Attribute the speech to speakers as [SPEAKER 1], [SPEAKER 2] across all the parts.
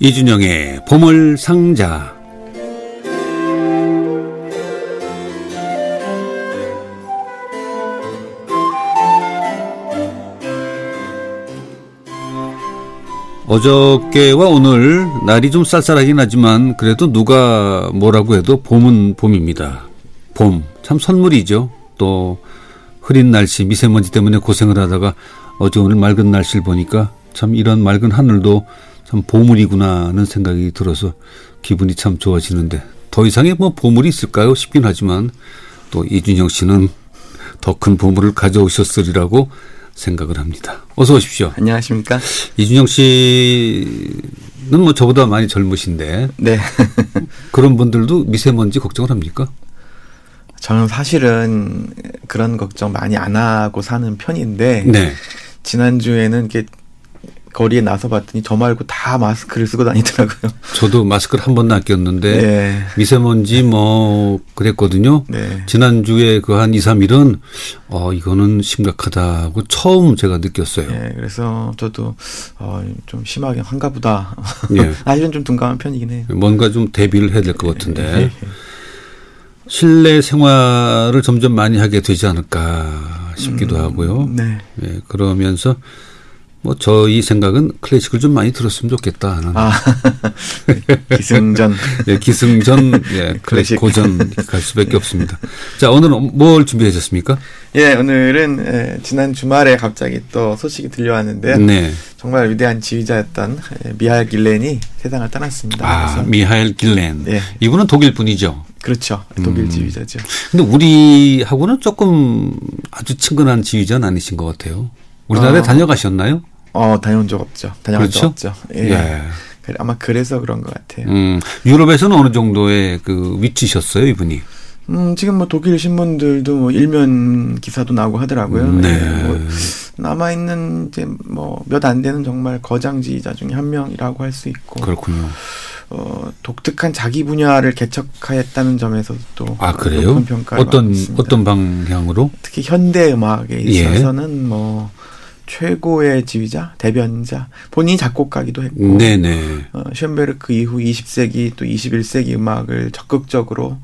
[SPEAKER 1] 이준영의 보물상자 어저께와 오늘 날이 좀 쌀쌀하긴 하지만 그래도 누가 뭐라고 해도 봄은 봄입니다. 봄 참 선물이죠. 또 흐린 날씨 미세먼지 때문에 고생을 하다가 어제 오늘 맑은 날씨를 보니까 참 이런 맑은 하늘도 참 보물이구나 하는 생각이 들어서 기분이 참 좋아지는데 더 이상의 뭐 보물이 있을까요 싶긴 하지만 또 이준영 씨는 더 큰 보물을 가져오셨으리라고 생각을 합니다. 어서 오십시오.
[SPEAKER 2] 안녕하십니까?
[SPEAKER 1] 이준영 씨는 뭐 저보다 많이 젊으신데
[SPEAKER 2] 네.
[SPEAKER 1] 그런 분들도 미세먼지 걱정을 합니까?
[SPEAKER 2] 저는 사실은 그런 걱정 많이 안 하고 사는 편인데
[SPEAKER 1] 네.
[SPEAKER 2] 지난주에는 이렇게 거리에 나서 봤더니 저 말고 다 마스크를 쓰고 다니더라고요.
[SPEAKER 1] 저도 마스크를 한 번도 안 꼈는데
[SPEAKER 2] 네.
[SPEAKER 1] 미세먼지 뭐 그랬거든요.
[SPEAKER 2] 네.
[SPEAKER 1] 지난주에 그 한 2, 3일은 어 이거는 심각하다고 처음 제가 느꼈어요.
[SPEAKER 2] 예, 그래서 저도 어, 좀 심하게 한가 보다.
[SPEAKER 1] 예.
[SPEAKER 2] 사실은 좀 둔감한 편이긴 해요.
[SPEAKER 1] 뭔가 좀 대비를 해야 될 것 같은데
[SPEAKER 2] 예, 예.
[SPEAKER 1] 실내 생활을 점점 많이 하게 되지 않을까 싶기도 하고요.
[SPEAKER 2] 네.
[SPEAKER 1] 예, 그러면서 뭐 저희 생각은 클래식을 좀 많이 들었으면 좋겠다 하는
[SPEAKER 2] 아. 기승전.
[SPEAKER 1] 예, 기승전 예, 클래식
[SPEAKER 2] 클래식.
[SPEAKER 1] 고전 이렇게 갈 수밖에 없습니다. 자 오늘은 뭘 준비하셨습니까?
[SPEAKER 2] 예, 오늘은 예, 지난 주말에 갑자기 또 소식이 들려왔는데요.
[SPEAKER 1] 네.
[SPEAKER 2] 정말 위대한 지휘자였던 예, 미하엘 길렌이 세상을 떠났습니다.
[SPEAKER 1] 아
[SPEAKER 2] 그래서
[SPEAKER 1] 미하엘 길렌
[SPEAKER 2] 예.
[SPEAKER 1] 이분은 독일 분이죠.
[SPEAKER 2] 그렇죠.
[SPEAKER 1] 음.
[SPEAKER 2] 독일 지휘자죠.
[SPEAKER 1] 근데 우리하고는 조금 아주 친근한 지휘자는 아니신 것 같아요. 우리나라에
[SPEAKER 2] 아.
[SPEAKER 1] 다녀가셨나요?
[SPEAKER 2] 어, 다녀온 적 없죠. 다녀온 적 없죠. 예.
[SPEAKER 1] 그렇죠? 예.
[SPEAKER 2] 그래, 아마 그래서 그런 것 같아요.
[SPEAKER 1] 음, 유럽에서는 어느 정도의 그 위치셨어요, 이분이?
[SPEAKER 2] 음, 지금 뭐 독일 신문들도 뭐 일면 기사도 나오고 하더라고요.
[SPEAKER 1] 네.
[SPEAKER 2] 예, 뭐 남아있는 이제 뭐 몇 안 되는 정말 거장지휘자 중에 한 명이라고 할 수 있고,
[SPEAKER 1] 그렇군요.
[SPEAKER 2] 어, 독특한 자기 분야를 개척하였다는 점에서도 또
[SPEAKER 1] 아, 그래요?
[SPEAKER 2] 높은 평가를 받고
[SPEAKER 1] 어떤,
[SPEAKER 2] 있습니다.
[SPEAKER 1] 어떤 방향으로?
[SPEAKER 2] 특히 현대 음악에
[SPEAKER 1] 예.
[SPEAKER 2] 있어서는 뭐 최고의 지휘자, 대변자, 본인이 작곡가기도 했고,
[SPEAKER 1] 네네.
[SPEAKER 2] 어, 쇤베르크 이후 20세기 또 21세기 음악을 적극적으로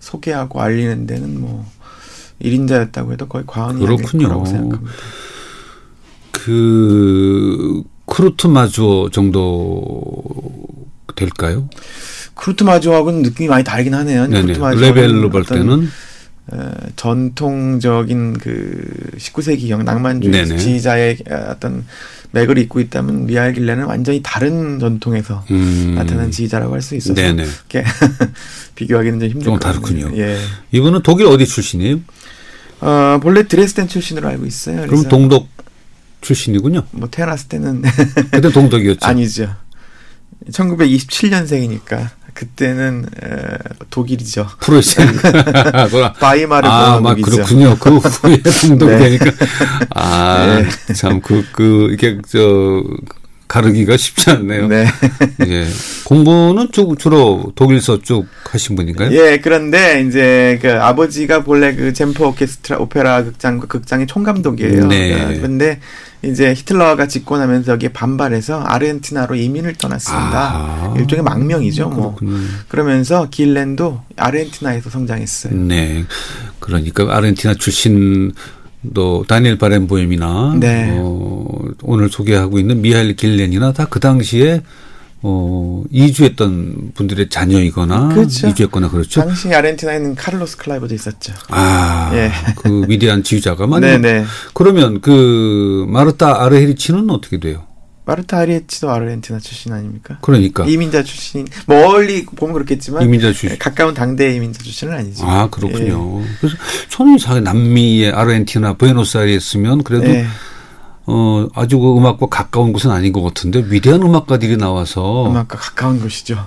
[SPEAKER 2] 소개하고 알리는 데는 뭐 1인자였다고 해도 거의 과언이 아닐
[SPEAKER 1] 그렇군요.
[SPEAKER 2] 거라고 생각합니다.
[SPEAKER 1] 그, 크루트 마주어 정도 될까요?
[SPEAKER 2] 크루트마조하고는 느낌이 많이 다르긴 하네요.
[SPEAKER 1] 네네.
[SPEAKER 2] 크루트마조하고는
[SPEAKER 1] 레벨로 볼
[SPEAKER 2] 어떤,
[SPEAKER 1] 때는.
[SPEAKER 2] 어, 전통적인 그 19세기형 낭만주의
[SPEAKER 1] 네네.
[SPEAKER 2] 지휘자의 어떤 맥을 잇고 있다면 미하엘 길레는 완전히 다른 전통에서
[SPEAKER 1] 음.
[SPEAKER 2] 나타난 지휘자라고 할 수 있어서
[SPEAKER 1] 네네.
[SPEAKER 2] 이렇게 비교하기는 좀 힘들
[SPEAKER 1] 조금
[SPEAKER 2] 것 같네요.
[SPEAKER 1] 다르군요.
[SPEAKER 2] 예.
[SPEAKER 1] 이분은 독일 어디 출신이에요?
[SPEAKER 2] 어, 본래 드레스덴 출신으로 알고 있어요.
[SPEAKER 1] 그럼
[SPEAKER 2] 그래서
[SPEAKER 1] 동독 출신이군요.
[SPEAKER 2] 뭐 태어났을 때는
[SPEAKER 1] 그때 동독이었죠.
[SPEAKER 2] 아니죠. 1927년생이니까 그때는 에, 독일이죠.
[SPEAKER 1] 프로이센.
[SPEAKER 2] 바이마르
[SPEAKER 1] 아, 막
[SPEAKER 2] 공화국이죠.
[SPEAKER 1] 그렇군요. 그 후에 동독
[SPEAKER 2] 네.
[SPEAKER 1] 되니까. 아, 참, 그, 그, 이렇게, 저, 가르기가 쉽지 않네요.
[SPEAKER 2] 네.
[SPEAKER 1] 예. 공부는 쭉, 주로 독일서 쭉 하신 분인가요?
[SPEAKER 2] 예, 그런데 이제 그 아버지가 본래 그 젠퍼 오케스트라 오페라 극장 그 극장의 총감독이에요.
[SPEAKER 1] 네.
[SPEAKER 2] 그 근데 이제 히틀러가 집권하면서 여기에 반발해서 아르헨티나로 이민을 떠났습니다.
[SPEAKER 1] 아하.
[SPEAKER 2] 일종의 망명이죠. 뭐.
[SPEAKER 1] 그렇군요.
[SPEAKER 2] 그러면서 길렌도 아르헨티나에서 성장했어요.
[SPEAKER 1] 네. 그러니까 아르헨티나 출신도 다니엘 바렌보임이나
[SPEAKER 2] 네.
[SPEAKER 1] 어, 오늘 소개하고 있는 미하일 길렌이나 다 그 당시에 어, 이주했던 분들의 자녀이거나
[SPEAKER 2] 그렇죠.
[SPEAKER 1] 이주했거나 그렇죠.
[SPEAKER 2] 당시 아르헨티나에는 카를로스 클라이버도 있었죠.
[SPEAKER 1] 아,
[SPEAKER 2] 예.
[SPEAKER 1] 그 위대한 지휘자가 많이.
[SPEAKER 2] 네네.
[SPEAKER 1] 그러면 그 마르타 아르헤리치는 어떻게 돼요?
[SPEAKER 2] 마르타 아리에치도 아르헨티나 출신 아닙니까?
[SPEAKER 1] 그러니까
[SPEAKER 2] 이민자 예. 출신 멀리 보면 그렇겠지만 네,
[SPEAKER 1] 이민자 출신.
[SPEAKER 2] 가까운 당대 이민자 출신은 아니죠.
[SPEAKER 1] 아 그렇군요.
[SPEAKER 2] 예.
[SPEAKER 1] 그래서 저는 이상하게 남미의 아르헨티나 부에노스아이레스면 그래도
[SPEAKER 2] 예.
[SPEAKER 1] 어 아주 그 음악과 가까운 곳은 아닌 것 같은데 위대한 음악가들이 나와서
[SPEAKER 2] 음악과 가까운
[SPEAKER 1] 네.
[SPEAKER 2] 곳이죠.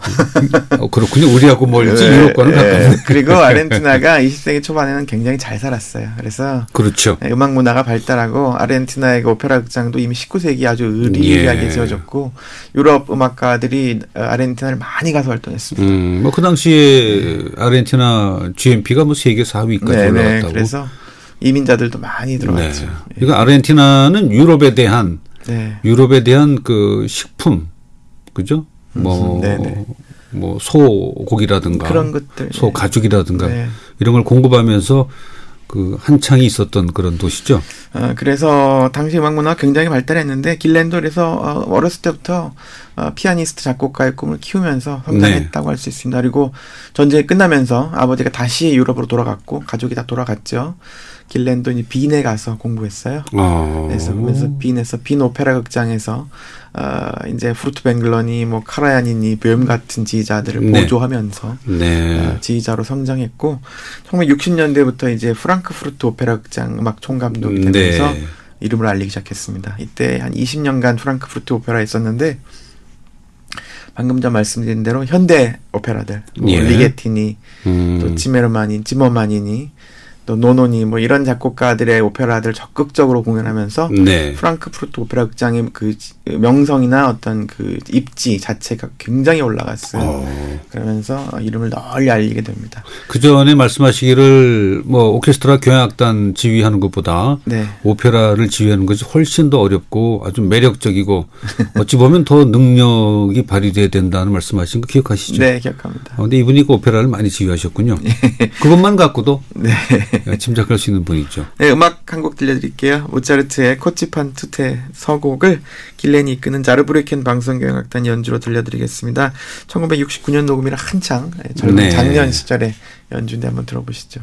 [SPEAKER 1] 어, 그렇군요. 우리하고 멀지
[SPEAKER 2] 예,
[SPEAKER 1] 그렇죠. 유럽과는
[SPEAKER 2] 예.
[SPEAKER 1] 가깝네.
[SPEAKER 2] 그리고 아르헨티나가 20세기 초반에는 굉장히 잘 살았어요. 그래서 네,
[SPEAKER 1] 그렇죠.
[SPEAKER 2] 음악 문화가 발달하고 아르헨티나의 그 오페라 극장도 이미 19세기 아주 의리하게
[SPEAKER 1] 예.
[SPEAKER 2] 지어졌고 유럽 음악가들이 어, 아르헨티나를 많이 가서 활동했습니다.
[SPEAKER 1] 음, 뭐 그 당시에 아르헨티나 GMP가 뭐 세계 4위까지
[SPEAKER 2] 네네.
[SPEAKER 1] 올라갔다고.
[SPEAKER 2] 그래서 이민자들도 많이
[SPEAKER 1] 네.
[SPEAKER 2] 들어왔죠. 예.
[SPEAKER 1] 이거 아르헨티나는 유럽에 대한
[SPEAKER 2] 네.
[SPEAKER 1] 유럽에 대한 그 식품 그죠? 뭐,
[SPEAKER 2] 음, 네네.
[SPEAKER 1] 뭐 소고기라든가
[SPEAKER 2] 그런 것들.
[SPEAKER 1] 소 가죽이라든가
[SPEAKER 2] 네.
[SPEAKER 1] 이런 걸 공급하면서 그 한창이 있었던 그런 도시죠.
[SPEAKER 2] 어, 그래서 당시 음악 문화가 굉장히 발달했는데 길랜돌에서 어, 어렸을 때부터 어, 피아니스트 작곡가의 꿈을 키우면서 성장했다고
[SPEAKER 1] 네.
[SPEAKER 2] 할 수 있습니다. 그리고 전쟁이 끝나면서 아버지가 다시 유럽으로 돌아갔고 가족이 다 돌아갔죠. 길랜돌이 빈에 가서 공부했어요.
[SPEAKER 1] 아.
[SPEAKER 2] 네, 그래서 뭐 그래서 빈에서 빈 오페라 극장에서 어, 이제 프루트 뱅글러니 뭐 카라야니니 뎨음 같은 지휘자들을
[SPEAKER 1] 네.
[SPEAKER 2] 보조하면서
[SPEAKER 1] 네.
[SPEAKER 2] 어, 지휘자로 성장했고 1960년대부터 이제 프랑크푸르트 오페라 극장 음악 총감독이 되면서
[SPEAKER 1] 네.
[SPEAKER 2] 이름을 알리기 시작했습니다. 이때 한 20년간 프랑크푸르트 오페라 있었는데 방금 전 말씀드린 대로 현대 오페라들 뭐
[SPEAKER 1] 예.
[SPEAKER 2] 리게티니
[SPEAKER 1] 음.
[SPEAKER 2] 또 지메르만인 지머만이니 또 노노니 뭐 이런 작곡가들의 오페라들 적극적으로 공연하면서
[SPEAKER 1] 네.
[SPEAKER 2] 프랑크푸르트 오페라 극장의 그 지- 명성이나 어떤 그 입지 자체가 굉장히 올라갔어요.
[SPEAKER 1] 어.
[SPEAKER 2] 그러면서 이름을 널리 알리게 됩니다.
[SPEAKER 1] 그 전에 말씀하시기를 뭐 오케스트라 경악단 지휘하는 것보다
[SPEAKER 2] 네.
[SPEAKER 1] 오페라를 지휘하는 것이 훨씬 더 어렵고 아주 매력적이고 어찌 보면 더 능력이 발휘돼야 된다는 말씀하신 거 기억하시죠?
[SPEAKER 2] 네, 기억합니다.
[SPEAKER 1] 어, 근데 이분이 그 오페라를 많이 지휘하셨군요. 그것만 갖고도
[SPEAKER 2] 예.
[SPEAKER 1] 예,
[SPEAKER 2] 네.
[SPEAKER 1] 짐작할 수 있는 분이죠.
[SPEAKER 2] 네, 음악 한 곡 들려드릴게요. 모차르트의 코치판 투테 서곡을 길렌이 이끄는 자르브르켄 방송경악단 연주로 들려드리겠습니다. 1969년 녹음이라 한창 젊은
[SPEAKER 1] 네.
[SPEAKER 2] 작년 시절에 연주인데 한번 들어보시죠.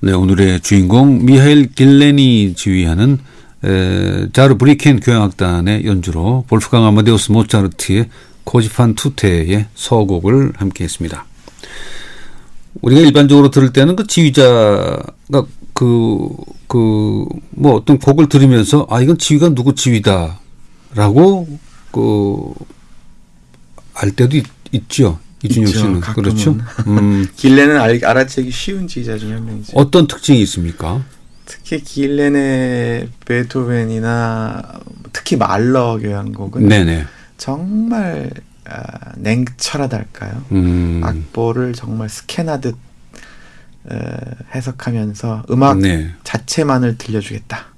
[SPEAKER 1] 네, 오늘의 주인공 미하일 길렌이 지휘하는 에, 자르브리켄 교향악단의 연주로 볼프강 아마데우스 모차르트의 코지판 투테의 서곡을 함께했습니다. 우리가 일반적으로 들을 때는 그 지휘자가 그, 그, 뭐 어떤 곡을 들으면서 아, 이건 지휘가 누구 지휘다. 라고 그, 알 때도 있, 있죠. 이준영
[SPEAKER 2] 있죠,
[SPEAKER 1] 씨는.
[SPEAKER 2] 가끔은.
[SPEAKER 1] 그렇죠. 음,
[SPEAKER 2] 길렌은 알, 알아채기 쉬운 지휘자 중에 한 명이죠.
[SPEAKER 1] 어떤 특징이 있습니까?
[SPEAKER 2] 특히 길렌의 베토벤이나 특히 말러 교향곡은
[SPEAKER 1] 네네.
[SPEAKER 2] 정말 아, 냉철하달까요?
[SPEAKER 1] 음.
[SPEAKER 2] 아, 악보를 정말 스캔하듯 어, 해석하면서 음악
[SPEAKER 1] 네.
[SPEAKER 2] 자체만을 들려주겠다.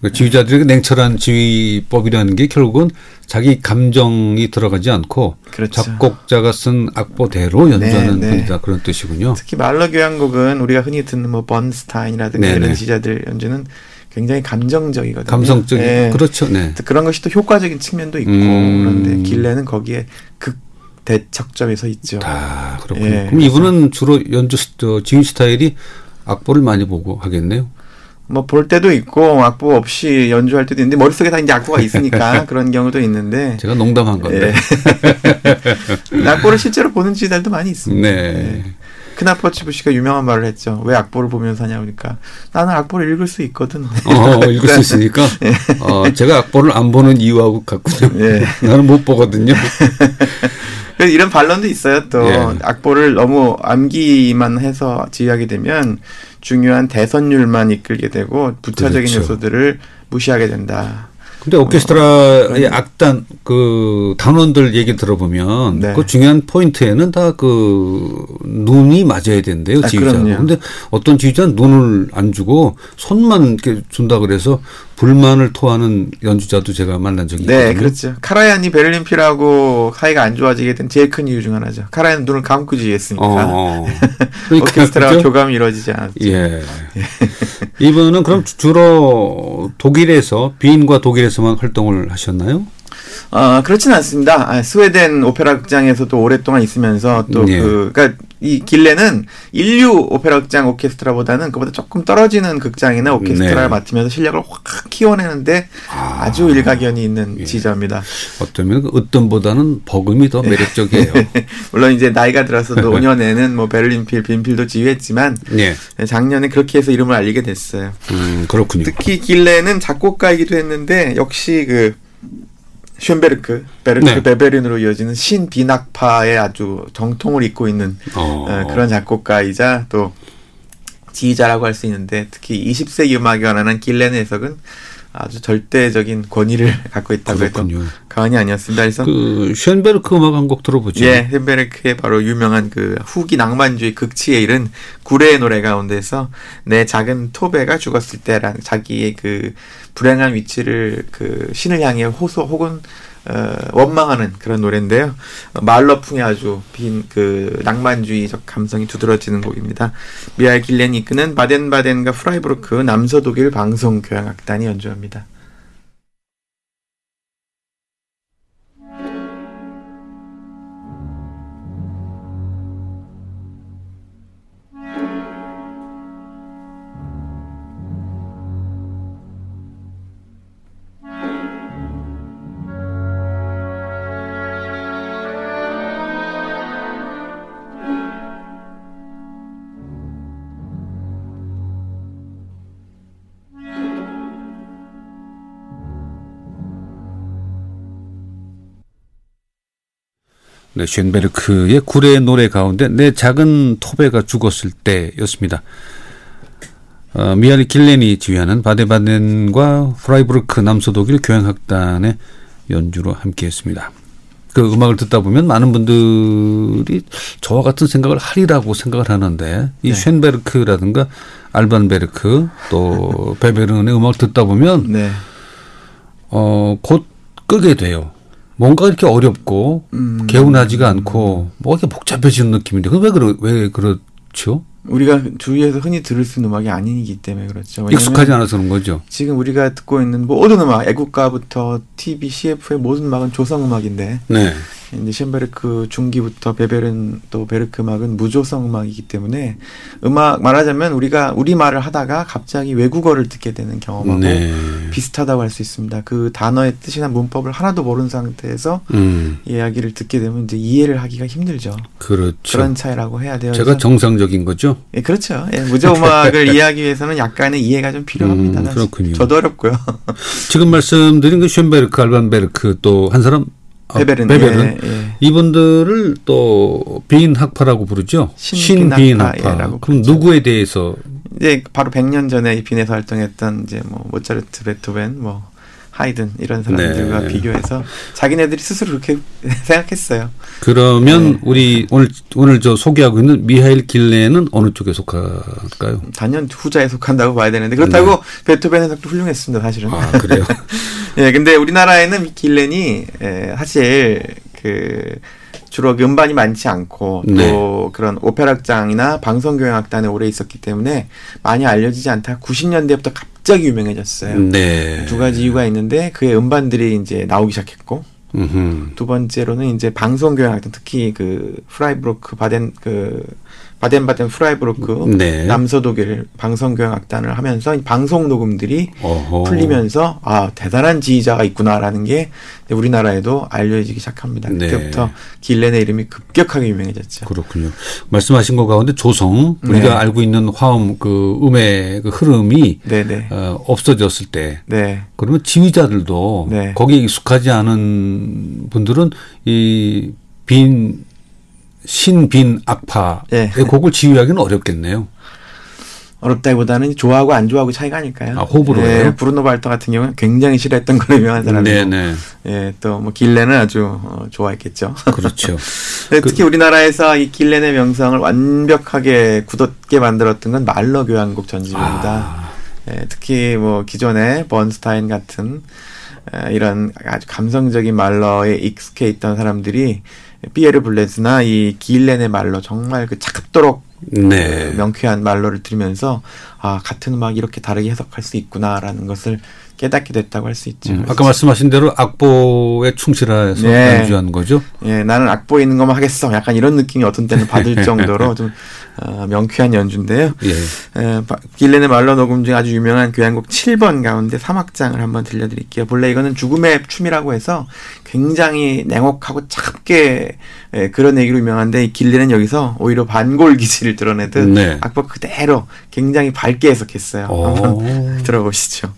[SPEAKER 1] 그 지휘자들의 그 냉철한 지휘법이라는 게 결국은 자기 감정이 들어가지 않고
[SPEAKER 2] 그렇죠.
[SPEAKER 1] 작곡자가 쓴 악보대로 연주하는
[SPEAKER 2] 네, 네.
[SPEAKER 1] 분이다 그런 뜻이군요.
[SPEAKER 2] 특히 말러 교향곡은 우리가 흔히 듣는 뭐 번스타인이라든가
[SPEAKER 1] 네네.
[SPEAKER 2] 이런 지자들 연주는 굉장히 감정적이거든요.
[SPEAKER 1] 감성적인
[SPEAKER 2] 예.
[SPEAKER 1] 그렇죠. 네.
[SPEAKER 2] 그런 것이 또 효과적인 측면도 있고
[SPEAKER 1] 음.
[SPEAKER 2] 그런데 길레는 거기에 극 대척점에 서 있죠.
[SPEAKER 1] 다 그렇군요.
[SPEAKER 2] 예,
[SPEAKER 1] 그럼 이분은 주로 연주 스- 저, 지휘 스타일이 악보를 많이 보고 하겠네요.
[SPEAKER 2] 뭐 볼 때도 있고 악보 없이 연주할 때도 있는데 머릿속에 다 이제 악보가 있으니까 그런 경우도 있는데
[SPEAKER 1] 제가 농담한 건데.
[SPEAKER 2] 예. 악보를 실제로 보는 지휘자들도 많이 있습니다. 예.
[SPEAKER 1] 네.
[SPEAKER 2] 크나퍼치부시가 유명한 말을 했죠. 왜 악보를 보면서 하냐 그러니까 나는 악보를 읽을 수 있거든.
[SPEAKER 1] 어, 읽을 수 있으니까
[SPEAKER 2] 네.
[SPEAKER 1] 어, 제가 악보를 안 보는 이유하고 같군요.
[SPEAKER 2] 예.
[SPEAKER 1] 나는 못 보거든요.
[SPEAKER 2] 그래서 이런 반론도 있어요. 또
[SPEAKER 1] 예.
[SPEAKER 2] 악보를 너무 암기만 해서 지휘하게 되면 중요한 대선율만 이끌게 되고 부차적인
[SPEAKER 1] 그렇죠.
[SPEAKER 2] 요소들을 무시하게 된다.
[SPEAKER 1] 근데
[SPEAKER 2] 어,
[SPEAKER 1] 오케스트라의
[SPEAKER 2] 그러니까.
[SPEAKER 1] 악단 그 단원들 얘기 들어보면
[SPEAKER 2] 네.
[SPEAKER 1] 그 중요한 포인트에는 다 그 눈이 맞아야 된대요
[SPEAKER 2] 아,
[SPEAKER 1] 지휘자.
[SPEAKER 2] 그럼요.
[SPEAKER 1] 근데 어떤 지휘자는 눈을 안 주고 손만 이렇게 준다 그래서 불만을 토하는 연주자도 제가 만난 적이 있거든요.
[SPEAKER 2] 네, 그렇죠. 카라얀이 베를린 피라고 사이가 안 좋아지게 된 제일 큰 이유 중 하나죠. 카라얀은 눈을 감고 지휘했으니까
[SPEAKER 1] 어. 그러니까
[SPEAKER 2] 아, 오케스트라와
[SPEAKER 1] 그죠?
[SPEAKER 2] 교감이 이루어지지 않았죠.
[SPEAKER 1] 예. 이분은 그럼 주- 주로 독일에서 비인과 독일에서만 활동을 하셨나요?
[SPEAKER 2] 아, 그렇진 않습니다. 아, 스웨덴 오페라 극장에서도 오랫동안 있으면서 또
[SPEAKER 1] 예.
[SPEAKER 2] 그, 그니까 이 길레는 인류 오페라 극장 오케스트라보다는 그보다 조금 떨어지는 극장이나 오케스트라를
[SPEAKER 1] 네.
[SPEAKER 2] 맡으면서 실력을 확 키워내는데 아, 주 일가견이 있는 지자입니다.
[SPEAKER 1] 어쩌면 그 으뜸보다는 버금이 더 매력적이에요.
[SPEAKER 2] 물론 이제 나이가 들어서 노년에는 뭐 베를린필, 빈필도 지휘했지만
[SPEAKER 1] 예.
[SPEAKER 2] 작년에 그렇게 해서 이름을 알리게 됐어요.
[SPEAKER 1] 음, 그렇군요.
[SPEAKER 2] 특히 길레는 작곡가이기도 했는데 역시 그 쇤베르크, 베르크,
[SPEAKER 1] 네.
[SPEAKER 2] 베베린으로 이어지는 신비낙파의 아주 정통을 잇고 있는
[SPEAKER 1] 어.
[SPEAKER 2] 어, 그런 작곡가이자 또 지휘자라고 할 수 있는데 특히 20세기 음악에 관한 한 길렌의 해석은 아주 절대적인 권위를 갖고 있다고 해도
[SPEAKER 1] 그렇군요.
[SPEAKER 2] 과언이 아니었습니다. 그래서
[SPEAKER 1] 그 쇤베르크 음악 한 곡 들어보죠.
[SPEAKER 2] 네. 예, 헨베르크의 바로 유명한 그 후기 낭만주의 극치에 이른 구레의 노래 가운데서 내 작은 토베가 죽었을 때라는 자기의 그 불행한 위치를 그 신을 향해 호소 혹은 어, 원망하는 그런 노래인데요. 어, 말러풍의 아주 빈 그 낭만주의적 감성이 두드러지는 곡입니다. 미하일 길렌이 이끄는 바덴바덴과 프라이부르크 남서 독일 방송 교향악단이 연주합니다.
[SPEAKER 1] 네, 쇤베르크의 구레의 노래 가운데 내 작은 토베가 죽었을 때였습니다. 어, 미하리 길렌이 지휘하는 바데바덴과 프라이부르크 남서독일 교향악단의 연주로 함께했습니다. 그 음악을 듣다 보면 많은 분들이 저와 같은 생각을 하리라고 생각을 하는데
[SPEAKER 2] 네.
[SPEAKER 1] 이 쇤베르크라든가 알반베르크 또 베베른의 음악을 듣다 보면
[SPEAKER 2] 네.
[SPEAKER 1] 어, 곧 끄게 돼요. 뭔가 이렇게 어렵고,
[SPEAKER 2] 음.
[SPEAKER 1] 개운하지가 않고, 뭐가 이렇게 복잡해지는 느낌인데, 그왜 그러, 왜 그렇죠?
[SPEAKER 2] 우리가 주위에서 흔히 들을 수 있는 음악이 아니기 때문에 그렇죠. 왜냐면
[SPEAKER 1] 익숙하지 않아서 그런 거죠.
[SPEAKER 2] 지금 우리가 듣고 있는 모든 음악, 애국가부터 TV, CF의 모든 음악은 조성 음악인데
[SPEAKER 1] 네.
[SPEAKER 2] 이제 셴베르크 중기부터 베베른 또 베르크 음악은 무조성 음악이기 때문에 음악 말하자면 우리가 우리 말을 하다가 갑자기 외국어를 듣게 되는 경험하고
[SPEAKER 1] 네.
[SPEAKER 2] 비슷하다고 할 수 있습니다. 그 단어의 뜻이나 문법을 하나도 모르는 상태에서
[SPEAKER 1] 음,
[SPEAKER 2] 이야기를 듣게 되면 이제 이해를 하기가 힘들죠.
[SPEAKER 1] 그렇죠.
[SPEAKER 2] 그런 차이라고 해야 돼요.
[SPEAKER 1] 제가
[SPEAKER 2] 그래서-
[SPEAKER 1] 정상적인 거죠?
[SPEAKER 2] 예, 그렇죠. 예, 무제 음악을 이해하기 위해서는 약간의 이해가 좀 필요합니다.
[SPEAKER 1] 음,
[SPEAKER 2] 사실.
[SPEAKER 1] 그렇군요. 아,
[SPEAKER 2] 저도 어렵고요.
[SPEAKER 1] 지금 말씀드린 그 쇤베르크, 알반베르크, 또 한 사람, 아,
[SPEAKER 2] 베베른.
[SPEAKER 1] 베베른.
[SPEAKER 2] 예, 예.
[SPEAKER 1] 이분들을 또 비인학파라고 부르죠?
[SPEAKER 2] 신비인학파, 예,
[SPEAKER 1] 신비인학파.
[SPEAKER 2] 라고
[SPEAKER 1] 그럼 누구에 대해서
[SPEAKER 2] 이제 바로 100년 전에 이 빈에서 활동했던 이제 뭐 모차르트, 베토벤, 뭐 하이든 이런 사람들과
[SPEAKER 1] 네.
[SPEAKER 2] 비교해서 자기네들이 스스로 그렇게 생각했어요.
[SPEAKER 1] 그러면
[SPEAKER 2] 네.
[SPEAKER 1] 우리 오늘 오늘 저 소개하고 있는 미하일 길레는 어느 쪽에 속할까요?
[SPEAKER 2] 단연 후자에 속한다고 봐야 되는데 그렇다고 베토벤 해석도 훌륭했습니다, 사실은.
[SPEAKER 1] 네. 아 그래요.
[SPEAKER 2] 예, 근데 우리나라에는 길렌이 에, 사실 그 주로 음반이 많지 않고 또
[SPEAKER 1] 네.
[SPEAKER 2] 그런 오페라악장이나 방송교향악단에 오래 있었기 때문에 많이 알려지지 않다. 90년대부터 갑자기 유명해졌어요.
[SPEAKER 1] 네.
[SPEAKER 2] 두 가지 이유가 있는데 그의 음반들이 이제 나오기 시작했고
[SPEAKER 1] 음흠.
[SPEAKER 2] 두 번째로는 이제 방송교향악단 특히 그 프라이브로크 바덴 그 바덴바덴 프라이브로크
[SPEAKER 1] 네.
[SPEAKER 2] 뭐 남서독일 방송교향악단을 하면서 이 방송 녹음들이
[SPEAKER 1] 어허.
[SPEAKER 2] 풀리면서 아 대단한 지휘자가 있구나라는 게 이제 우리나라에도 알려지기 시작합니다.
[SPEAKER 1] 네.
[SPEAKER 2] 그때부터 길렌의 이름이 급격하게 유명해졌죠.
[SPEAKER 1] 그렇군요. 말씀하신 것 가운데 조성 우리가
[SPEAKER 2] 네.
[SPEAKER 1] 알고 있는 화음 그 음의 그 흐름이
[SPEAKER 2] 네네.
[SPEAKER 1] 어, 없어졌을 때
[SPEAKER 2] 네.
[SPEAKER 1] 그러면 지휘자들도
[SPEAKER 2] 네.
[SPEAKER 1] 거기에 익숙하지 않은 분들은 이 빈 신빈 악파의
[SPEAKER 2] 예.
[SPEAKER 1] 곡을 지휘하기는 어렵겠네요.
[SPEAKER 2] 어렵다기보다는 좋아하고 안 좋아하고 차이가 아닐까요?
[SPEAKER 1] 아, 호불호예요?
[SPEAKER 2] 네, 브루노 발터 같은 경우는 굉장히 싫어했던 걸로 유명한 사람이고,
[SPEAKER 1] 네네.
[SPEAKER 2] 예, 또 뭐 길렌은 아주 어, 좋아했겠죠.
[SPEAKER 1] 그렇죠.
[SPEAKER 2] 네, 특히 우리나라에서 이 길렌의 명성을 완벽하게 굳었게 만들었던 건 말러 교향곡 전집입니다.
[SPEAKER 1] 아.
[SPEAKER 2] 예, 특히 뭐 기존에 번스타인 같은 에, 이런 아주 감성적인 말러에 익숙해 있던 사람들이 피에르 블레즈나 이 길렌의 말러 정말 그 차갑도록
[SPEAKER 1] 네.
[SPEAKER 2] 그 명쾌한 말러를 들으면서 아 같은 음악 이렇게 다르게 해석할 수 있구나라는 것을 깨닫게 됐다고 할 수 있죠.
[SPEAKER 1] 음,
[SPEAKER 2] 그래서
[SPEAKER 1] 아까 말씀하신 대로 악보에 충실해서
[SPEAKER 2] 네.
[SPEAKER 1] 연주한 거죠.
[SPEAKER 2] 예, 나는 악보 있는 것만 하겠어. 약간 이런 느낌이 어떤 때는 받을 정도로 좀 어, 명쾌한 연주인데요.
[SPEAKER 1] 예.
[SPEAKER 2] 에, 바- 길렌의 말러 녹음 중 아주 유명한 교향곡 7번 가운데 3악장을 한번 들려드릴게요. 본래 이거는 죽음의 춤이라고 해서 굉장히 냉혹하고 차갑게 예, 그런 얘기로 유명한데 이 길렌은 여기서 오히려 반골 기질을 드러내듯
[SPEAKER 1] 네.
[SPEAKER 2] 악보 그대로 굉장히 밝게 해석했어요.
[SPEAKER 1] 오.
[SPEAKER 2] 한번 들어보시죠.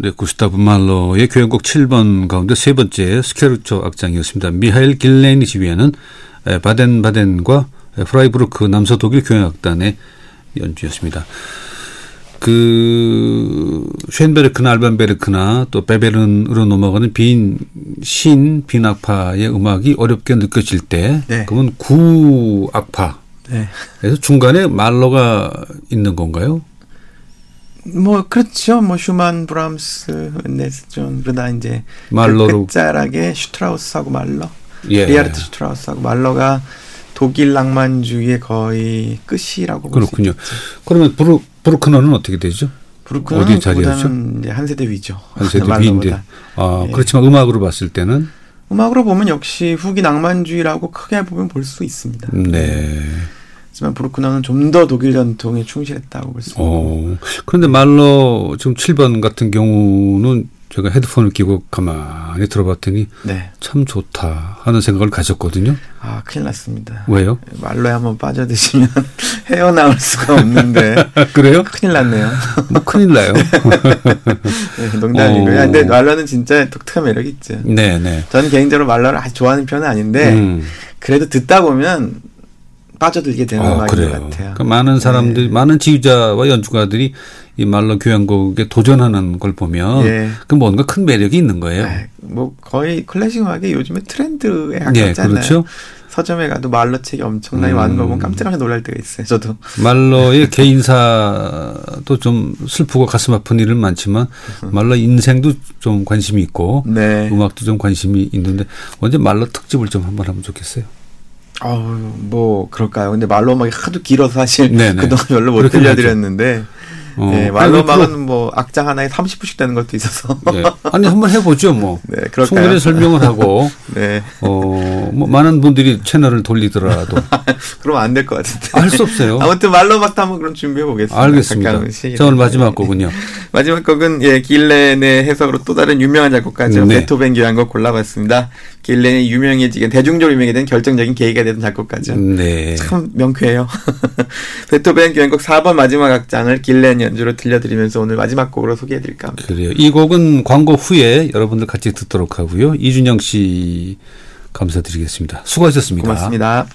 [SPEAKER 1] 네, 구스타브 말로의 교향곡 7번 가운데 세 번째 스케르초 악장이었습니다. 미하일 길레인이 지휘하는 바덴바덴과 프라이부르크 남서 독일 교향악단의 연주였습니다. 그 쉔베르크나 알반베르크나 또 베베른으로 넘어가는 빈 신 빈악파의 음악이 어렵게 느껴질 때
[SPEAKER 2] 네.
[SPEAKER 1] 그건 구악파
[SPEAKER 2] 네.
[SPEAKER 1] 그래서 중간에 말러가 있는 건가요?
[SPEAKER 2] 뭐 그렇죠. 뭐 슈만, 브람스, 네스존 그러다 이제
[SPEAKER 1] 말러로.
[SPEAKER 2] 그 끝자락에 슈트라우스하고 말러,
[SPEAKER 1] 예.
[SPEAKER 2] 리하르트 슈트라우스하고 말러가 독일 낭만주의의 거의 끝이라고 볼수
[SPEAKER 1] 그렇군요. 그러면 브루, 브루크너는 어떻게 되죠?
[SPEAKER 2] 브루크는
[SPEAKER 1] 어디 자리였죠?
[SPEAKER 2] 그보다는 이제 한 세대 위죠.
[SPEAKER 1] 한 세대
[SPEAKER 2] 말러보다.
[SPEAKER 1] 위인데. 아,
[SPEAKER 2] 예.
[SPEAKER 1] 그렇지만 음악으로 봤을 때는
[SPEAKER 2] 음악으로 보면 역시 후기 낭만주의라고 크게 보면 볼 수 있습니다.
[SPEAKER 1] 네.
[SPEAKER 2] 하지만 브루크너는 좀 더 독일 전통에 충실했다고 볼 수 있습니다.
[SPEAKER 1] 어. 그런데 말로 지금 7번 같은 경우는 제가 헤드폰을 끼고 가만히 들어봤더니
[SPEAKER 2] 네.
[SPEAKER 1] 참 좋다 하는 생각을 가졌거든요.
[SPEAKER 2] 아, 큰일 났습니다.
[SPEAKER 1] 왜요?
[SPEAKER 2] 말로에 한번 빠져드시면 헤어나올 수가 없는데
[SPEAKER 1] 아, 그래요?
[SPEAKER 2] 큰일 났네요.
[SPEAKER 1] 뭐 큰일 나요.
[SPEAKER 2] 네, 농담이고요.
[SPEAKER 1] 어.
[SPEAKER 2] 근데 말러는 진짜 독특한 매력이 있죠.
[SPEAKER 1] 네, 네.
[SPEAKER 2] 저는 개인적으로 말러를 아주 좋아하는 편은 아닌데
[SPEAKER 1] 음.
[SPEAKER 2] 그래도 듣다 보면 빠져들게 되는
[SPEAKER 1] 어,
[SPEAKER 2] 음악인 것
[SPEAKER 1] 그래요.
[SPEAKER 2] 같아요.
[SPEAKER 1] 그러니까 많은 사람들이 많은 지휘자와 연주가들이 이 말로 교향곡에 도전하는 걸 보면
[SPEAKER 2] 예.
[SPEAKER 1] 그 뭔가 큰 매력이 있는 거예요.
[SPEAKER 2] 아, 뭐 거의 클래식 음악이 요즘에 트렌드에
[SPEAKER 1] 예,
[SPEAKER 2] 가깝잖아요.
[SPEAKER 1] 그렇죠. 음.
[SPEAKER 2] 서점에 가도 말러 책이 엄청나게 많은 거 보면 깜짝 놀랄 때가 있어요. 저도
[SPEAKER 1] 말러의 개인사도 좀 슬프고 가슴 아픈 일은 많지만 말러 인생도 좀 관심이 있고
[SPEAKER 2] 네.
[SPEAKER 1] 음악도 좀 관심이 있는데 언제 말러 특집을 좀 한번 하면 좋겠어요.
[SPEAKER 2] 어우 뭐 그럴까요? 근데 말로 음악이 하도 길어서 사실
[SPEAKER 1] 네네.
[SPEAKER 2] 그동안 별로 못
[SPEAKER 1] 그렇긴 하죠.
[SPEAKER 2] 들려드렸는데
[SPEAKER 1] 어.
[SPEAKER 2] 예,
[SPEAKER 1] 아니,
[SPEAKER 2] 말로
[SPEAKER 1] 앞으로-
[SPEAKER 2] 음악은 뭐 악장 하나에 30분씩 되는 것도 있어서
[SPEAKER 1] 예. 아니 한번 해보죠 뭐.
[SPEAKER 2] 네, 그럴까요?
[SPEAKER 1] 충분히 설명을 하고
[SPEAKER 2] 네
[SPEAKER 1] 어, 뭐 많은 분들이 채널을 돌리더라도
[SPEAKER 2] 그럼 안 될 것 같은데
[SPEAKER 1] 할 수 없어요.
[SPEAKER 2] 아무튼 말로 음악도 한번 그럼 준비해 보겠습니다.
[SPEAKER 1] 알겠습니다. 자 오늘 마지막 곡은요.
[SPEAKER 2] 마지막 곡은 예 길렌의 해석으로 또 다른 유명한 작곡가죠
[SPEAKER 1] 네.
[SPEAKER 2] 베토벤 교향곡 골라봤습니다. 길렌이 유명해지게 대중적으로 유명하게 된 결정적인 계기가 되던 작곡가죠.
[SPEAKER 1] 네.
[SPEAKER 2] 참 명쾌해요. 베토벤 교향곡 4번 마지막 악장을 길렌 연주로 들려드리면서 오늘 마지막 곡으로 소개해드릴까 합니다.
[SPEAKER 1] 그래요. 이 곡은 광고 후에 여러분들 같이 듣도록 하고요. 이준영 씨 감사드리겠습니다. 수고하셨습니다.
[SPEAKER 2] 고맙습니다.